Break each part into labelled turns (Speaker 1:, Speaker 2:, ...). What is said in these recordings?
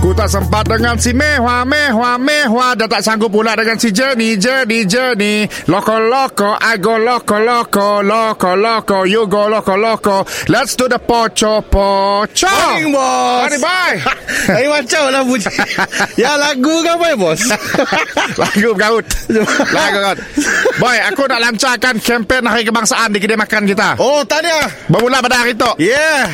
Speaker 1: Ku tak sempat dengan si Mehwa, Mehwa, Mehwa Dah tak sanggup pula dengan si Jenny, Jenny, Jenny Loko, loko, I go loko, loko Loko, loko, you go loko, loko Let's do the pocho, pocho
Speaker 2: Morning, bos.
Speaker 1: Morning, bye
Speaker 2: Saya macam lah bunyi Ya lagu ke apa ya bos
Speaker 1: Lagu bergaut Lagu bergaut Boy, aku nak lancarkan kempen Hari Kebangsaan di Kedai Makan kita
Speaker 2: Oh tahniah
Speaker 1: Bermula pada hari itu
Speaker 2: Yeah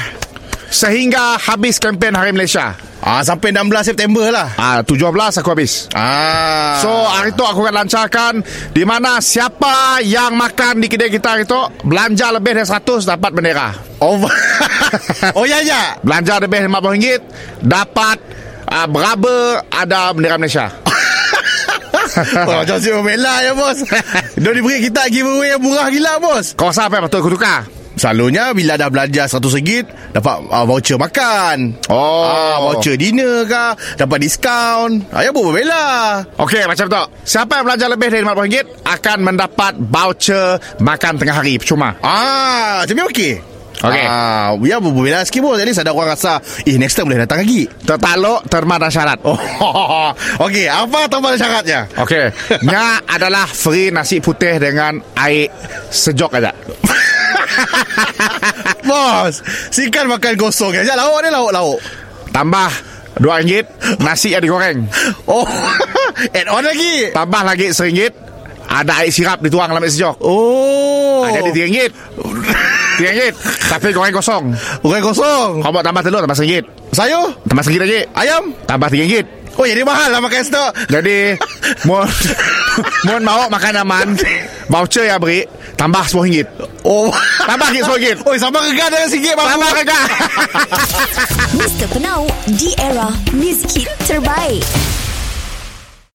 Speaker 1: Sehingga habis kempen Hari Malaysia
Speaker 2: Ah sampai 16 September lah
Speaker 1: Ah, 17 aku habis
Speaker 2: Ah
Speaker 1: So hari tu aku akan lancarkan Di mana siapa yang makan di kedai kita hari tu Belanja lebih dari 100 dapat bendera
Speaker 2: Over Oh ya ya
Speaker 1: Belanja lebih RM50 Dapat uh, beraba ada bendera Malaysia
Speaker 2: oh, Macam si Mela ya bos Dia diberi kita giveaway yang murah gila bos
Speaker 1: Kau rasa apa yang patut aku tukar?
Speaker 2: Selalunya bila dah belanja 100 ringgit Dapat uh, voucher makan
Speaker 1: Oh.
Speaker 2: ah, Voucher dinner ke Dapat diskaun Ayah pun berbela
Speaker 1: Okey macam tu Siapa yang belanja lebih dari RM50 Akan mendapat voucher makan tengah hari percuma
Speaker 2: Ah, tapi okey.
Speaker 1: Okey.
Speaker 2: Ah, ya berbeza sikit pun. Jadi ada orang rasa, eh next time boleh datang lagi.
Speaker 1: Tertaluk terma dan syarat
Speaker 2: Oh, okey. Apa tambah syaratnya?
Speaker 1: Okey Nya adalah free nasi putih dengan air sejuk aja
Speaker 2: Bos, sikan makan gosong aja. Lauk dia lauk lauk.
Speaker 1: Tambah RM2 Nasi yang digoreng
Speaker 2: Oh, add on lagi.
Speaker 1: Tambah lagi RM1 Ada air sirap dituang dalam air sejuk
Speaker 2: Oh.
Speaker 1: oh. Jadi RM3 RM3 Tapi goreng kosong
Speaker 2: Bukan gosong.
Speaker 1: Kau buat tambah telur tambah RM1
Speaker 2: Sayur,
Speaker 1: Tambah RM1 lagi
Speaker 2: ayam.
Speaker 1: Tambah RM3
Speaker 2: Oh, jadi mahal lah makan stok.
Speaker 1: Jadi Mohon Mohon bawa makan aman Voucher yang beri Tambah RM10
Speaker 2: Oh.
Speaker 1: Tambah lagi RM10
Speaker 2: Oi, sama gegar dengan sikit bang.
Speaker 1: Tambah regat
Speaker 3: Mr. Penau, di era music hit terbaik.